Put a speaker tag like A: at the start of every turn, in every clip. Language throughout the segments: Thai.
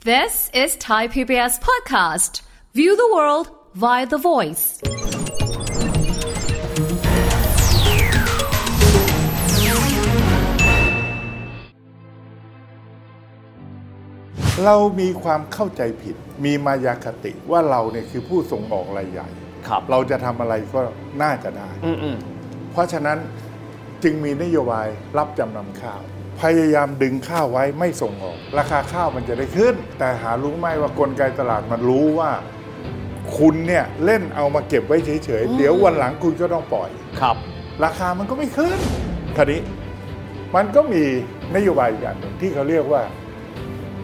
A: This is Thai PBS podcast. View the world via the voice.
B: เรามีความเข้าใจผิด มีมายาคติว่าเราเนี่ยคือผู้ส่งออกรายใหญ่
C: ครับ
B: เราจะทำอะไรก็น่าจะได้
C: อืมอืม
B: เพราะฉะนั้นจึงมีนโยบายรับจำนำข้าว พยายามดึงข้าวไว้ไม่ส่งออก ราคาข้าวมันจะได้ขึ้น แต่หารู้ไหมว่ากลไกตลาดมันรู้ว่า คุณเนี่ยเล่นเอามาเก็บไว้เฉยๆ เดี๋ยววันหลังคุณก็ต้องปล่อย
C: ครับ
B: ราคามันก็ไม่ขึ้นคราวนี้มันก็มีนโยบายอย่างหนึ่งที่เขาเรียกว่า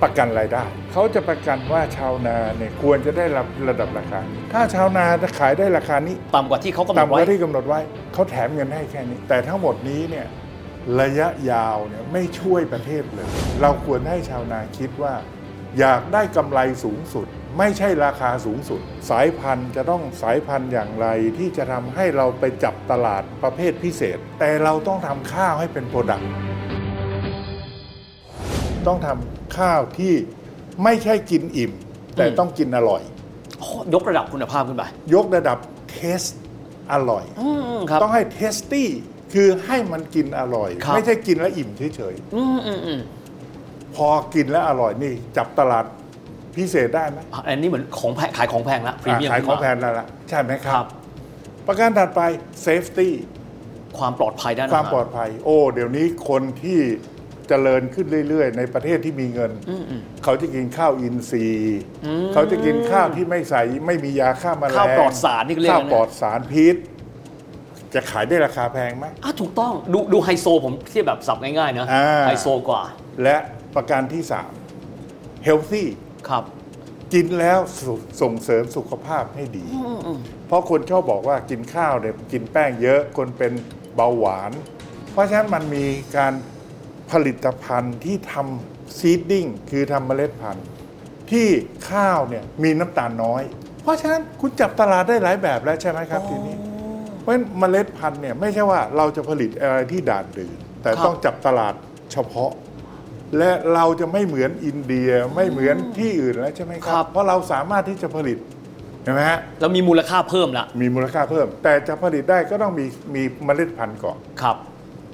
B: ประกันรายได้ เขาจะประกันว่าชาวนาเนี่ยควรจะได้รับระดับราคา ถ้าชาวนาขายได้ราคานี้
C: ต่ำกว่าที่เขากำหนด
B: ต่ำก
C: ไว้
B: ว่าที่กำหนดไว้ เขาแถมเงินให้แค่นี้ แต่ทั้งหมดนี้เนี่ยระยะยาวเนี่ยไม่ช่วยประเทศเลย เราควรให้ชาวนาคิดว่า อยากได้กำไรสูงสุด ไม่ใช่ราคาสูงสุด สายพันธุ์จะต้องสายพันธุ์อย่างไรที่จะทำให้เราไปจับตลาดประเภทพิเศษ แต่เราต้องทำข้าวให้เป็นโปรดัก ต้องทำข้าวที่ไม่ใช่กินอิ่ม แต่
C: อืม
B: ต้องกินอร่อย
C: โอ้โหยกระดับคุณภาพขึ้นไป
B: ยกระดับเทสอร่อย
C: อืมอืมครับ
B: ต้องให้เทสตี้คือให้มันกินอร่อย
C: ครับ
B: ไม่ใช่กินแล้วอิ่มเฉย
C: อืมอืมอืม
B: ๆพอกินแล้วอร่อยนี่จับตลาดพิเศษได้ไหม
C: อ่ะอันนี้เหมือนของแพงขายของแพงละพรี
B: อ่ะ
C: เมียม
B: ขายของแพงแล้วล่ะใช่ไหมค
C: ค
B: รั
C: รับ บ
B: ประการถัดไปเซฟตี้
C: ความปลอดภัยด้าน
B: ความ
C: หร
B: ปลอดภัย โอ้ เดี๋ยวนี้คนที่เจริญขึ้นเรื่อย ๆ ในประเทศที่มีเงิน
C: อืมอืม
B: เขาจะกินข้าวอินทรีย์
C: อืม
B: เขาจะกินข้าวที่ไม่ใส่ไม่มียาฆ่าแมลง
C: ข้าวปลอดสารนี่ก็เรียก
B: ข้าว
C: นะ
B: ปลอดสารพิษ จะขายได้ราคาแพงไหม
C: อ่ะถูกต้องดูดูไฮโซผมเทียบแบบสับง่ายๆนะ
B: อ่า
C: ไฮโซกว่า
B: และประการที่ 3 healthy
C: ครับ
B: กินแล้วสส่งเสริมสุขภาพให้ดี
C: อืมอืม
B: เพราะคนชอบบอกว่ากินข้าวเนี่ยกินแป้งเยอะคนเป็นเบาหวาน เพราะฉะนั้นมันมีการผลิตภัณฑ์ที่ทำซีดดิ้งคือทำเมล็ดพันธุ์ ที่ข้าวเนี่ยมีน้ำตาลน้อย เพราะฉะนั้นคุณจับตลาดได้หลายแบบแล้วใช่ไหมครับทีนี้ เพราะฉะนั้นเมล็ดพันธุ์เนี่ยไม่ใช่ว่าเราจะผลิตอะไรที่ด่านดืนแต่ต้องจับตลาดเฉพาะ และเราจะไม่เหมือนอินเดียไม่เหมือนที่อื่นแล้วใช่ไหมครับ เพราะเราสามารถที่จะผลิตเห็นไหมฮะ
C: แล้วมีมูลค่าเพิ่มละ
B: มีมูลค่าเพิ่ม แต่จะผลิตได้ก็ต้องมีมีเมล็ดพันธุ์ก่อน
C: ครับ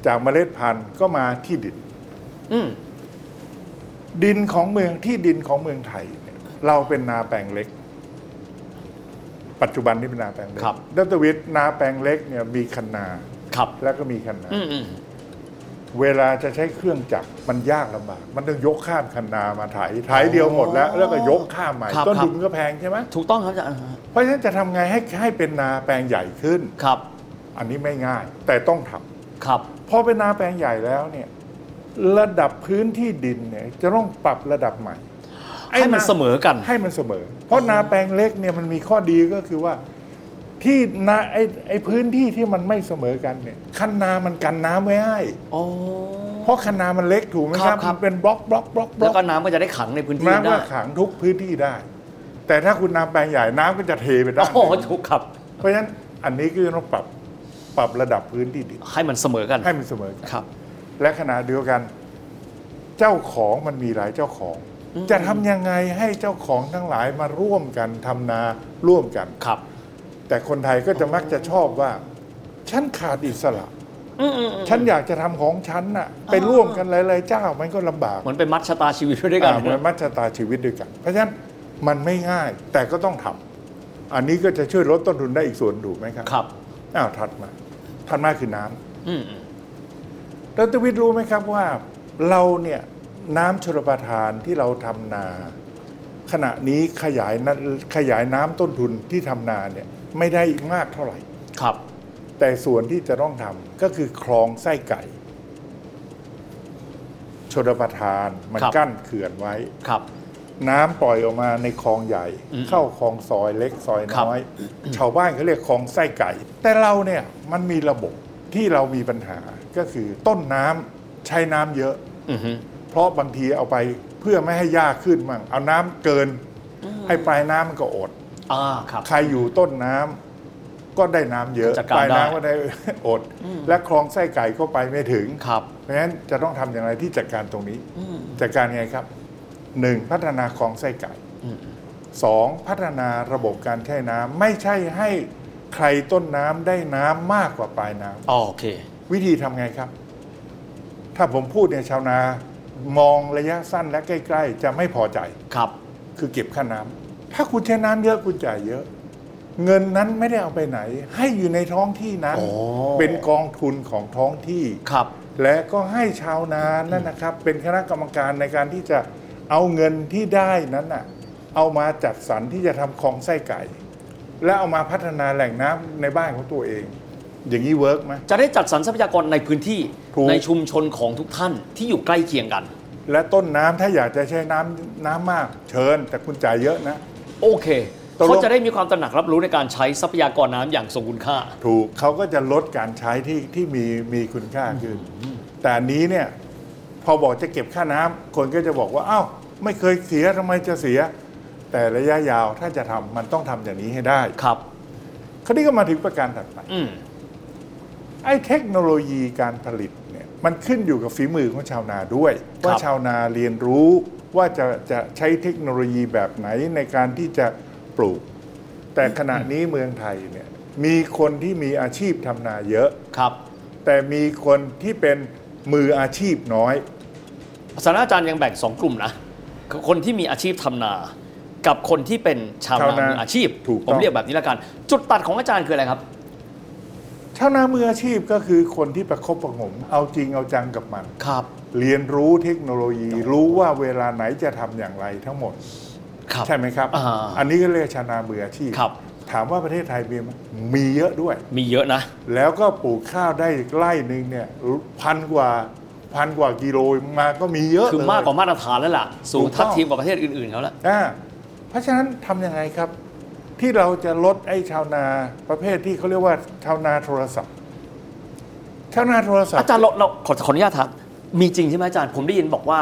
B: จากเมล็ดพันธุ์ก็มาที่ดิน
C: อืม
B: ดินของเมืองที่ดินของเมืองไทยเนี่ยเราเป็นนาแปลงเล็ก ปัจจุบันนี่เป็นนาแปลงเล็กดรวิทย์นาแปลงเล็กเนี่ยมีคันนา
C: ครับ
B: แล้วก็มีคันนา
C: อืมอืม
B: เวลาจะใช้เครื่องจักรมันยากลำบาก มันต้องยกข้ามคันนามาไถ่ายถ่ายเดียวหมดแล้ว แล้วก็ยกข้ามใหม่ต้นทุนก็แพงใช่ไหม
C: ถูกต้องครับอาจารย์
B: เพราะฉะนั้นจะทำไงให้ให้เป็นนาแปลงใหญ่ขึ้น
C: ครับ
B: อันนี้ไม่ง่าย แต่ต้องทำ
C: ครับ
B: พอเป็นนาแปลงใหญ่แล้วเนี่ยระดับพื้นที่ดินเนี่ยจะต้องปรับระดับใหม่
C: ให้มัน
B: ไา
C: เสมอกัน
B: ให้มันเสมอ เพราะนาแปลงเล็กเนี่ยมันมีข้อดีก็คือว่าที่นาไอ้ไอ้พื้นที่ที่มันไม่เสมอกันเนี่ยคันนามันกันน้ำไว้ให้
C: อ๋อ
B: เพราะคันนามันเล็กถูกไหมค
C: ครั
B: รับบ
C: ครับ
B: มันเป็นบล็อกบล็อกบล็อกบล็
C: แล้
B: อ
C: ว
B: ก
C: ก็น้ำก็จะได้ขังในพื้นที่
B: น้ำก็
C: ได้
B: ขังทุกพื้นที่ได้ แต่ถ้าคุณนาแปลงใหญ่น้ำก็จะเทไปได้านห
C: อ๋อ
B: นึ่ง
C: ถูกครับ
B: เพราะฉะนั้นอันนี้ก็จะต้องปรับปรับระดับพื้นที่ดิน
C: ให้มันเสมอกัน
B: ให้มันเสมอกัน
C: ครับ
B: และขณะเดียวกัน เจ้าของมันมีหลายเจ้าของ จะทำยังไงให้เจ้าของทั้งหลายมาร่วมกันทำนาร่วมกัน
C: ครับ
B: แต่คนไทยก็จะมักจะชอบว่า ฉันขาดอิสระ ฉันอยากจะทำของฉันน่ะไปร่วมกันหลายๆเจ้ามันก็ลำบาก
C: เหมือนเป็นมัดชะตาชีวิตไว้ด้วยกัน
B: อ่าเหมือนมัชตาชีวิตด้วยกัน เพราะฉะนั้นมันไม่ง่ายแต่ก็ต้องทำอันนี้ก็จะช่วยลดต้นทุนได้อีกส่วนถูกไหมครับ
C: ครับ
B: อ้าวถัดมาถัดมาคือน้ำ
C: อืม
B: ดรวิทย์รู้ไหมครับว่าเราเนี่ยน้ำชลประทานที่เราทำนา ขณะนี้ขยายนขยายน้ำต้นทุนที่ทำนาเนี่ยไม่ได้มากเท่าไหร่
C: ครับ
B: แต่ส่วนที่จะต้องทำก็คือคลองไส้ไก่ชลประทานมัน
C: ครับ
B: กั้นเขื่อนไว้
C: ครับ
B: น้ำปล่อยออกมาในคลองใหญ่
C: อืม
B: เข้าคลองซอยเล็กซอย
C: ครับ
B: น้อย ชาวบ้านเขาเรียกคลองไส้ไก่ แต่เราเนี่ยมันมีระบบที่เรามีปัญหาก็คือต้นน้ำใช้น้ำเยอะ เพราะบางทีเอาไปเพื่อไม่ให้หญ้าขึ้นมั่งเอาน้ำเกิน
C: อืม
B: ให้ปลายน้ำมันก็อด
C: อ่าครับ
B: ใครอยู่ต้นน้ำก็ได้น้ำเยอะ
C: จัดการ
B: ปลาย
C: ได้
B: น้ำก็ได้ อด และคลองไส้ไก่ก็ไปไม่ถึง
C: ครับ
B: เพราะฉะนั้นจะต้องทำอย่างไรที่จัดการตรงนี้
C: อืม
B: จัดการไงครับ หนึ่งพัฒนาคลองไส้ไก่สองพัฒนาระบบการแช่น้ำไม่ใช่ให้ใครต้นน้ำได้น้ำมากกว่าปลายน้ำ
C: อ๋อโอเค
B: วิธีทำไงครับ ถ้าผมพูดเนี่ยชาวนา มองระยะสั้นและใกล้ ๆ จะไม่พอใจ
C: ครับ
B: คือเก็บค่าน้ำถ้าคุณใช้น้ำเยอะคุณจ่ายเยอะ เงินนั้นไม่ได้เอาไปไหน ให้อยู่ในท้องที่นั้น
C: โอ้
B: เป็นกองทุนของท้องที่
C: ครับ
B: และก็ให้ชาวนานั่นนะครับ เป็นคณะกรรมการในการที่จะเอาเงินที่ได้นั้นน่ะ เอามาจัดสรรที่จะทำคลองไส้ไก่ และเอามาพัฒนาแหล่งน้ำในบ้านของตัวเอง อย่างนี้เวิร์กไหม
C: จะได้จัดสรรทรัพยากรในพื้นที่
B: ถูก
C: ในชุมชนของทุกท่านที่อยู่ใกล้เคียงกัน
B: และต้นน้ำถ้าอยากจะใช้น้ำน้ำมาก เชิญ แต่คุณจ่ายเยอะนะ
C: โอเค
B: ตกลง
C: เขาจะได้มีความตระหนักรับรู้ในการใช้ทรัพยากรน้ำอย่างทรงคุณค่า
B: ถูกเขาก็จะลดการใช้ที่ที่มีมีคุณค่าขึ้น แต่อันนี้เนี่ยพอบอกจะเก็บค่าน้ำคนก็จะบอกว่า อ้าว ไม่เคยเสียทำไมจะเสีย แต่ระยะยาวถ้าจะทำมันต้องทำอย่างนี้ให้ได้
C: ครับ
B: คราวนี้ก็มาถึงประการถัดไป
C: อืม
B: ไอ้เทคโนโลยีการผลิตเนี่ยมันขึ้นอยู่กับฝีมือของชาวนาด้วย ว่าชาวนาเรียนรู้ว่าจะจะใช้เทคโนโลยีแบบไหนในการที่จะปลูก แต่ขณะนี้เมืองไทยเนี่ยมีคนที่มีอาชีพทำนาเยอะ
C: ครับ
B: แต่มีคนที่เป็นมืออาชีพน้อย
C: ศาสตราจารย์ยังแบ่งสองกลุ่มนะ คนที่มีอาชีพทำนา กับคนที่เป็นชาว
B: ชาว
C: นา
B: นา
C: มืออาชีพ
B: ถูกต้อง
C: ผมเรียกแบบนี้ละกัน จุดตัดของอาจารย์คืออะไรครับ
B: ชาวนามืออาชีพก็คือคนที่ประคบประหงม เอาจริงเอาจังกับมัน
C: ครับ
B: เรียนรู้เทคโนโลยี รู้ว่าเวลาไหนจะทำอย่างไรทั้งหมด
C: ครับ
B: ใช่ไหมครับ
C: อ่าน
B: นี้ก็เรียกชาวนามืออาชีพ
C: ครับ
B: ถามว่าประเทศไทยมีไหมมีเยอะด้วย
C: มีเยอะนะ
B: แล้วก็ปลูกข้าวได้ไร่หนึ่งเนี่ยพันกว่าพันกว่ากิโลมาก็มีเยอะ
C: คือ
B: เลย
C: มากกว่ามาตรฐานแล้วล่ะ สูง
B: ถูกต้อง
C: ทัดเทียมกับประเทศอื่นๆเขาแล้ว
B: อ่าเพราะฉะนั้นทำยังไงครับ ที่เราจะลดไอ้ชาวนาประเภทที่เขาเรียกว่าชาวนาโทรศัพท์ ชาวนาโทรศัพ
C: อา
B: ท์
C: จารย์เราเราขอขออนุญาตครับมีจริงใช่ไหมอาจารย์ ผมได้ยินบอกว่า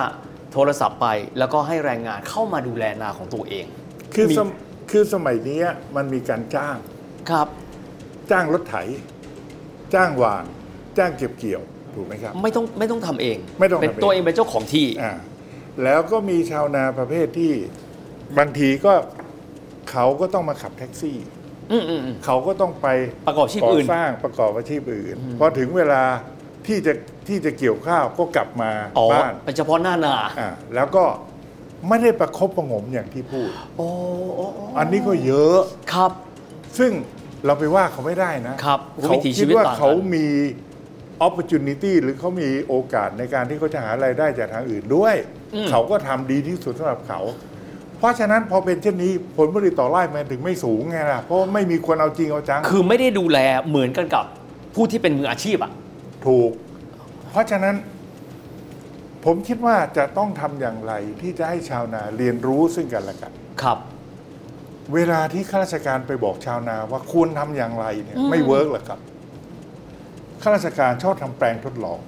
C: โทรศัพท์ไปแล้วก็ให้แรงงานเข้ามาดูแลนาของตัวเอง
B: คือ
C: มี
B: สมคือสมัยเนี้ยมันมีการจ้าง
C: ครับ
B: จ้างรถไถ จ้างหวาน จ้างเก็บเกี่ยวถูกไหมครับ
C: ไม่ต้องไม่ต้องทำเอง
B: ไม่ต้องทำเอง
C: เป็นตัวเองเป็นเจ้าของที่
B: อ่าแล้วก็มีชาวนาประเภทที่บางทีก็เขาก็ต้องมาขับแท็กซี่
C: อืมอืมอืม
B: เขาก็ต้องไป
C: ประกอบอาชีพอื่น
B: ก่สร้างประกอบอาชีพอื่นพอถึงเวลาที่จะที่จะเกี่ยวข้าวก็กลับมา
C: อ๋อ
B: บ้าน
C: เป็นเฉพาะหน้านา
B: อ่าแล้วก็ไม่ได้ประคบประหงมอย่างที่พูด
C: โอ้โอ้โ
B: อันนี้ก็เยอะ
C: ครับ
B: ซึ่งเราไปว่าเขาไม่ได้นะครับ เขา
C: วิถีชี
B: คิด
C: วิต
B: ว่า
C: ต่างกัน
B: เขามี opportunity หรือเขามีโอกาสในการที่เขาจะหารายได้จากทางอื่นด้วย เขาก็ทำดีที่สุดสำหรับเขา เพราะฉะนั้นพอเป็นเช่นนี้ผลผลิตต่อไร่มันถึงไม่สูงไงล่ะเพราะว่าไม่มีคนเอาจริงเอาจัง
C: คือไม่ได้ดูแลเหมือนกันกับผู้ที่เป็นมืออาชีพอ่ะ
B: ถูก เพราะฉะนั้น ผมคิดว่าจะต้องทำอย่างไรที่จะให้ชาวนาเรียนรู้ซึ่งกันและกัน
C: ครับ
B: เวลาที่ข้าราชการไปบอกชาวนาว่าควรทำอย่างไรเนี่ยไม่เวิร์กหรอกครับข้าราชการชอบทำแปลงทดลอง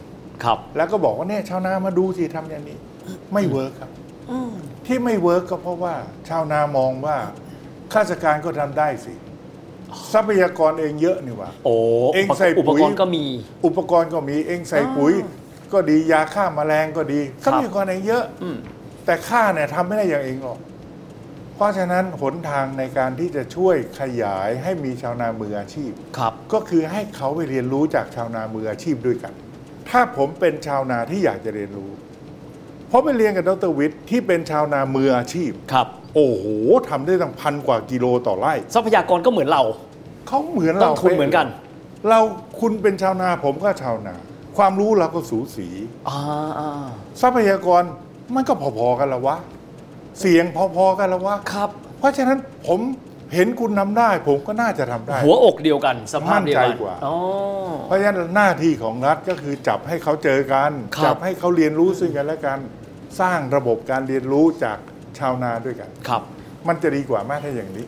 C: ครับ
B: แล้วก็บอกว่าเนี่ยชาวนามาดูสิทำอย่างนี้ ไม่เวิร์กครับที่ไม่เวิร์กก็เพราะว่า ชาวนามองว่าข้าราชการก็ทำได้สิ ทรัพยากรเองเยอะนี่หว่า
C: โอ้
B: เองใส่
C: อุป
B: ปุ๋ย
C: กรณ์ก็มี
B: อุปกรณ์ก็มีเองใส่ปุ๋ย ก็ดียาฆ่าแมลงก็ดี
C: ครั
B: ทรับ พยากรเองเยอะ
C: อืม
B: แต่ค่าเนี่ยทำไม่ได้อย่างเองหรอก เพราะฉะนั้นหนทางในการที่จะช่วยขยายให้มีชาวนามืออาชีพ
C: ครับ
B: ก็คือให้เขาไปเรียนรู้จากชาวนามืออาชีพด้วยกัน ถ้าผมเป็นชาวนาที่อยากจะเรียนรู้ผมไปเรียนกับดรวิทย์ที่เป็นชาวนามืออาชีพ
C: ครับ
B: โอ้โหทำได้ตั้งพันกว่ากิโลต่อไร่
C: ทรัพยากรก็เหมือนเรา
B: เขาเหมือนเรา
C: ต้นทุนเหมือนกัน
B: เราคุณเป็นชาวนาผมก็ชาวนา ความรู้เราก็สูสี
C: อ่าอ่า
B: ทรัพยากรมันก็พอๆกันละวะ เสียงพอๆกันละวะ
C: ครับ
B: เพราะฉะนั้นผมเห็นคุณทำได้ ผมก็น่าจะทำได้
C: หัวอกเดียวกันสภาพเดียวกั
B: มั่นใจกว่า
C: อ๋อ
B: เพราะฉะนั้นหน้าที่ของรัฐก็คือจับให้เขาเจอกัน
C: ครับ
B: จัให้เขาเรียนรู้ซึ่งกันและกันสร้างระบบการเรียนรู้จากชาวนาด้วยกัน
C: ครับ
B: มันจะดีกว่ามากถ้าอย่างนี้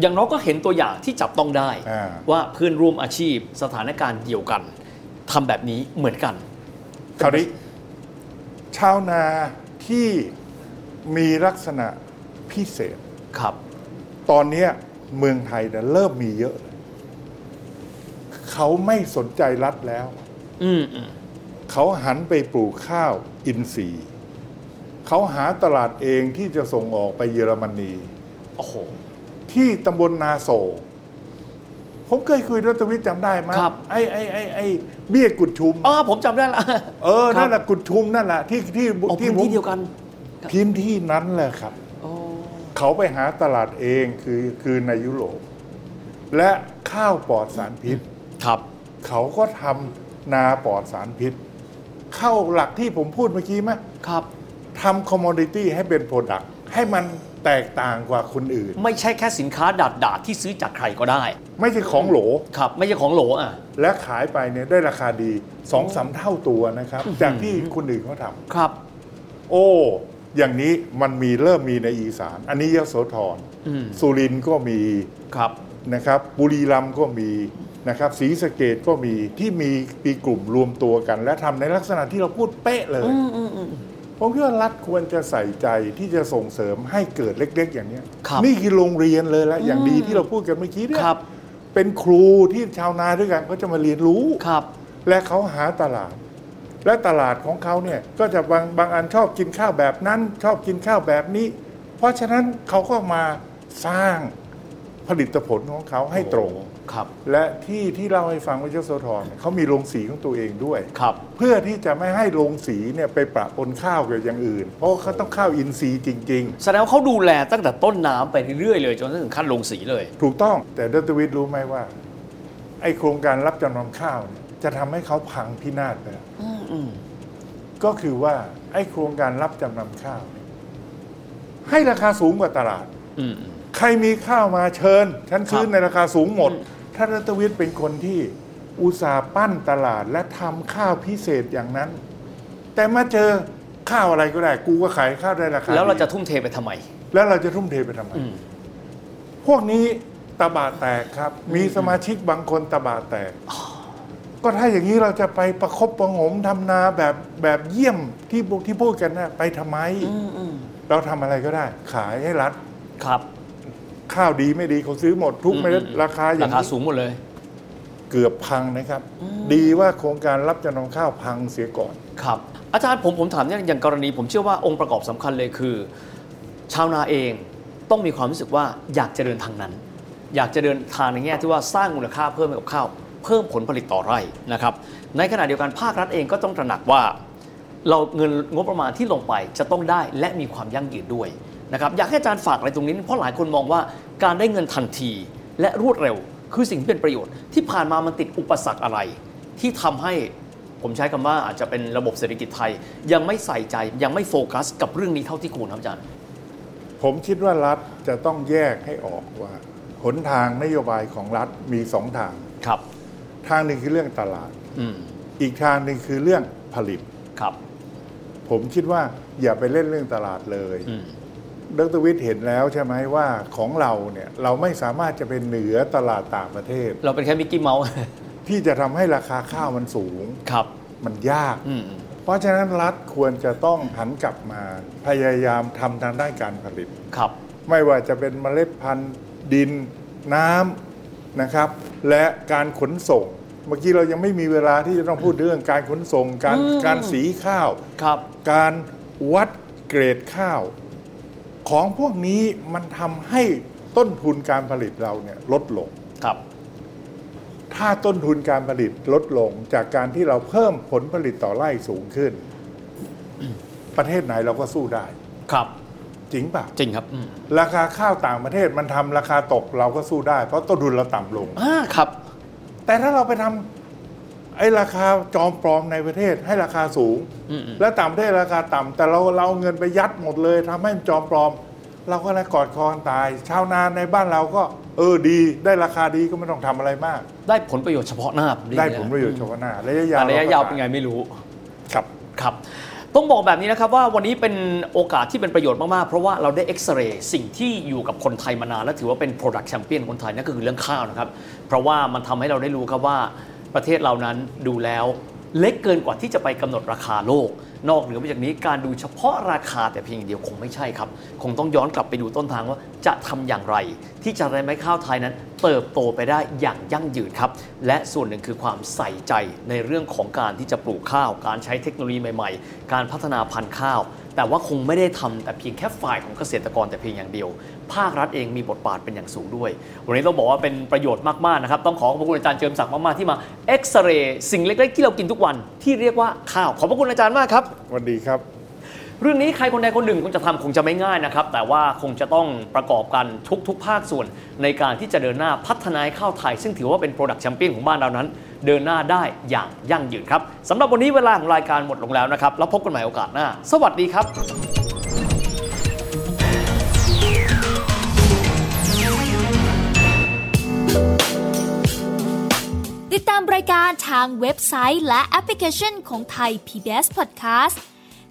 C: อย่างน้อยก็เห็นตัวอย่างที่จับต้องได้
B: อ่า
C: ว่าเพื่อนร่วมอาชีพสถานการณ์เดียวกันทำแบบนี้เหมือนกัน
B: คราวนี้ชาวนาที่มีลักษณะพิเศษ
C: ครับ
B: ตอนเนี้ยเมืองไทยเนี่ยเริ่มมีเยอะเลยเขาไม่สนใจรัฐแล้ว
C: อืมอืม
B: เขาหันไปปลูกข้าวอินทรีย์ เขาหาตลาดเองที่จะส่งออกไปเยอรมนี
C: โอ้โห
B: ที่ตำบลนาโศกผมเคยคุยด้วยตรงนี้จำได้ไหม
C: ครับ
B: ไอ้ไอ้ไอ้ไอ้เบี้ยกุดชุม
C: อ๋อผมจำได้ละ
B: เออ นั่นแหละกุดชุมนั่นแหละที่ที่
C: อ๋อพื้น
B: ผม
C: ที่เดียวกัน
B: พื้นที่นั้นแหละครับ
C: โอ้
B: เขาไปหาตลาดเองคือคือในยุโรป และข้าวปลอดสารพิษ
C: ครับ
B: เขาก็ทำนาปลอดสารพิษ เข้าหลักที่ผมพูดเมื่อกี้ไหม
C: ครับ
B: ทำคอมมดิตี้ให้เป็นโปรดักต์ให้มันแตกต่างกว่าคนอื่น
C: ไม่ใช่แค่สินค้าดาดดาดๆที่ซื้อจากใครก็ได้
B: ไม่ใช่ของโหล
C: ครับ ไม่ใช่ของโหลอ่ะ
B: และขายไปเนี่ยได้ราคาดีสองสามเท่าตัวนะครับ จากที่คนอื่นเขาท
C: ครับ
B: ำโอ้ อย่างนี้มันมีเริ่มมีในอีสาน อันนี้ยโสธร
C: อืม
B: สุรินทร์ก็มี
C: ครับ
B: นะครับ บุรีรัมย์ก็มีนะครับศรีสะเกดก็มีที่มีปีกลุ่มรวมตัวกัน และทำในลักษณะที่เราพูดเป๊ะเลย ผมคิดว่ารัฐควรจะใส่ใจที่จะส่งเสริมให้เกิดเล็ก ๆ อย่างเนี้ย
C: ครับ
B: นี่คือโรงเรียนเลยละอย่างดีที่เราพูดกันเมื่อกี้เนี่ย
C: ครับ
B: เป็นครูที่ชาวนาด้วยกันก็จะมาเรียนรู้
C: ครับ
B: และเขาหาตลาด และตลาดของเขาเนี่ยก็จะบางบางอันชอบกินข้าวแบบนั้น ชอบกินข้าวแบบนี้ เพราะฉะนั้นเขาก็มาสร้างผลิตผลของเขาให้ตรง
C: ครับ
B: และที่ที่เล่าให้ฟังว่าเจ้าโซทรเนี่ยเขามีโรงสีของตัวเองด้วย
C: ครับ
B: เพื่อที่จะไม่ให้โรงสีเนี่ยไปประปนข้าวกับอย่างอื่น เพราะเขาต้องข้าวอินทรีย์จริง
C: แสดงว่าเขาดูแลตั้งแต่ต้นน้ำไปเรื่อยๆเลยจนถึงขั้นลงสีเลย
B: ๆ ถูกต้องแต่ดรวิทย์รู้ไหมว่า ไอโครงการรับจำนำข้าวเนี่ยจะทำให้เขาพังพินาศไปแล้ว
C: อืมอืม
B: ก็คือว่าไอ้โครงการรับจำนำข้าวเนี่ยให้ราคาสูงกว่าตลาด
C: อืม
B: ใครมีข้าวมาเชิญ ฉันซื้อ
C: ครับ
B: ในราคาสูงหมดท่านรัตวิทย์เป็นคนที่อุตสาห์ปั้นตลาดและทำข้าวพิเศษอย่างนั้น แต่มาเจอข้าวอะไรก็ได้ กูก็ขายข้าวได้ราคา
C: แล้วเราจะ
B: ดี
C: ทุ่มเทไปทำไม
B: แล้วเราจะทุ่มเทไปทำไม
C: อืม
B: พวกนี้ตะบะแตกครับ มีสมาชิกบางคนตะบะแตก ก็ถ้าอย่างนี้เราจะไปประคบประหงมทำนาแบบแบบเยี่ยมที่พวกที่พูดกันนะไปทำไม
C: อืมอืม
B: เราทำอะไรก็ได้ ขายให้รัฐ
C: ครับ
B: ข้าวดีไม่ดีเขาซื้อหมดทุก
C: อืม
B: เม็ด
C: อืม
B: ราคาอย่า
C: ราคาง
B: นี้
C: สูงหมดเลย
B: เกือบพังนะครับ ดีว่าโครงการรับจำนำข้าวพังเสียก่อน
C: ครับ อาจารย์ผมผมถามเนี่ยอย่างกรณีผมเชื่อว่าองค์ประกอบสำคัญเลยคือ ชาวนาเองต้องมีความรู้สึกว่าอยากจะเดินทางนั้น อยากจะเดินทางในแง่ที่ว่าสร้างมูลค่าเพิ่มให้กับข้าวเพิ่มผลผลิตต่อไร่นะครับในขณะเดียวกันภาครัฐเองก็ต้องตระหนักว่า เราเงินงบประมาณที่ลงไปจะต้องได้และมีความยั่งยืนด้วยนะครับอยากให้อาจารย์ฝากอะไรตรงนี้เพราะหลายคนมองว่าการได้เงินทันทีและรวดเร็ว คือสิ่งที่เป็นประโยชน์ที่ผ่านมามันติดอุปสรรคอะไร ที่ทำให้ผมใช้คำว่าอาจจะเป็นระบบเศรษฐกิจไทย ยังไม่ใส่ใจยังไม่โฟกัส กับเรื่องนี้เท่าที่ควรครับอาจารย์
B: ผมคิดว่ารัฐจะต้องแยกให้ออกว่า หนทางนโยบายของรัฐมีสองทาง
C: ครับ
B: ทางหนึ่งคือเรื่องตลาด
C: อืม
B: อีกทางหนึ่งคือเรื่องผลิต
C: ครับ
B: ผมคิดว่าอย่าไปเล่นเรื่องตลาดเลย
C: อืม
B: ดรวิทย์เห็นแล้วใช่ไหมว่าของเราเนี่ยเราไม่สามารถจะเป็นเหนือตลาดต่างประเทศ
C: เราเป็นแค่มิกกี้เมาส์
B: ที่จะทำให้ราคาข้าวมันสูง
C: ครับ
B: มันยาก
C: อืมอืม
B: เพราะฉะนั้นรัฐควรจะต้องหันกลับมา พยายามทำทางด้านการผลิต
C: ครับ
B: ไม่ว่าจะเป็นเมล็ดพันธุ์ดินน้ำนะครับ และการขนส่ง เมื่อกี้เรายังไม่มีเวลาที่จะต้องพูดเรื่องการขนส่ง การการสีข้าว
C: ครับ
B: การวัดเกรดข้าว ของพวกนี้มันทำให้ต้นทุนการผลิตเราเนี่ยลดลง
C: ครับ
B: ถ้าต้นทุนการผลิตลดลงจากการที่เราเพิ่มผลผลิตต่อไร่สูงขึ้น ประเทศไหนเราก็สู้ได้
C: ครับ
B: จริงป่ะ
C: จริงครับอืม
B: ราคาข้าวต่างประเทศมันทำราคาตกเราก็สู้ได้ เพราะต้นทุนเราต่ำลง
C: อ่าครับ
B: แต่ถ้าเราไปทำไอ้ราคาจอมปลอมในประเทศให้ราคาสูง
C: อืมอืม
B: และต่างประเทศราคาต่ำแต่เราเราเอาเงินไปยัดหมดเลยทำให้มันจอมปลอม เราก็เลยกอดคอกันตาย ชาวนาในบ้านเราก็ เออดี ได้ราคาดีก็ไม่ต้องทำอะไรมาก
C: ได้ผลประโยชน์เฉพาะหน้าผม
B: ได้
C: เอ
B: ผล
C: งน
B: ประโยชน์เฉพาะหน้าระยะยาว
C: แต่ระยะยาว
B: ก็
C: เป็นไงไม่รู้
B: ครับ
C: ครับ ต้องบอกแบบนี้นะครับว่าวันนี้เป็นโอกาสที่เป็นประโยชน์มากๆ เพราะว่าเราได้เอ็กซเรย์สิ่งที่อยู่กับคนไทยมานาน และถือว่าเป็น Product Champion คนไทยนั่นก็คือเรื่องข้าวนะครับ เพราะว่ามันทำให้เราได้รู้ครับว่าประเทศเรานั้นดูแล้วเล็กเกินกว่าที่จะไปกำหนดราคาโลก นอกเหนือไปจากนี้การดูเฉพาะราคาแต่เพียงอย่างเดียวคงไม่ใช่ครับ คงต้องย้อนกลับไปดูต้นทางว่าจะทำอย่างไร ที่จะทำให้ไม้ข้าวไทยนั้น เติบโตไปได้อย่างยั่งยืนครับ และส่วนหนึ่งคือความใส่ใจในเรื่องของการที่จะปลูกข้าว การใช้เทคโนโลยีใหม่ ๆ การพัฒนาพันธุ์ข้าว แต่ว่าคงไม่ได้ทำแต่เพียงแค่ฝ่ายของเกษตรกรแต่เพียงอย่างเดียว ภาครัฐเองมีบทบาทเป็นอย่างสูงด้วย วันนี้ต้องบอกว่าเป็นประโยชน์มาก ๆ นะครับ ต้องขอขอบพระคุณอาจารย์เจิมศักดิ์มาก ๆ ที่มาเอ็กซเรย์สิ่งเล็ก ๆ ที่เรากินทุกวันที่เรียกว่าข้าว ขอบพระคุณอาจารย์มากครับ
B: สวัสดีครับ
C: เรื่องนี้ใครคนใดคนหนึ่งคงจะทำคงจะไม่ง่ายนะครับ แต่ว่าคงจะต้องประกอบกันทุกๆ ภาคส่วน ในการที่จะเดินหน้าพัฒนาให้ข้าวไทย ซึ่งถือว่าเป็นโปรดักต์แชมเปี้ยนของบ้านเรานั้น เดินหน้าได้อย่างยั่งยืนครับสำหรับวันนี้เวลาของรายการหมดลงแล้วนะครับ แล้วพบกันใหม่โอกาสหน้า สวัสดีครับ
D: ติดตามรายการทางเว็บไซต์และแอปพลิเคชันของไทย PBS Podcast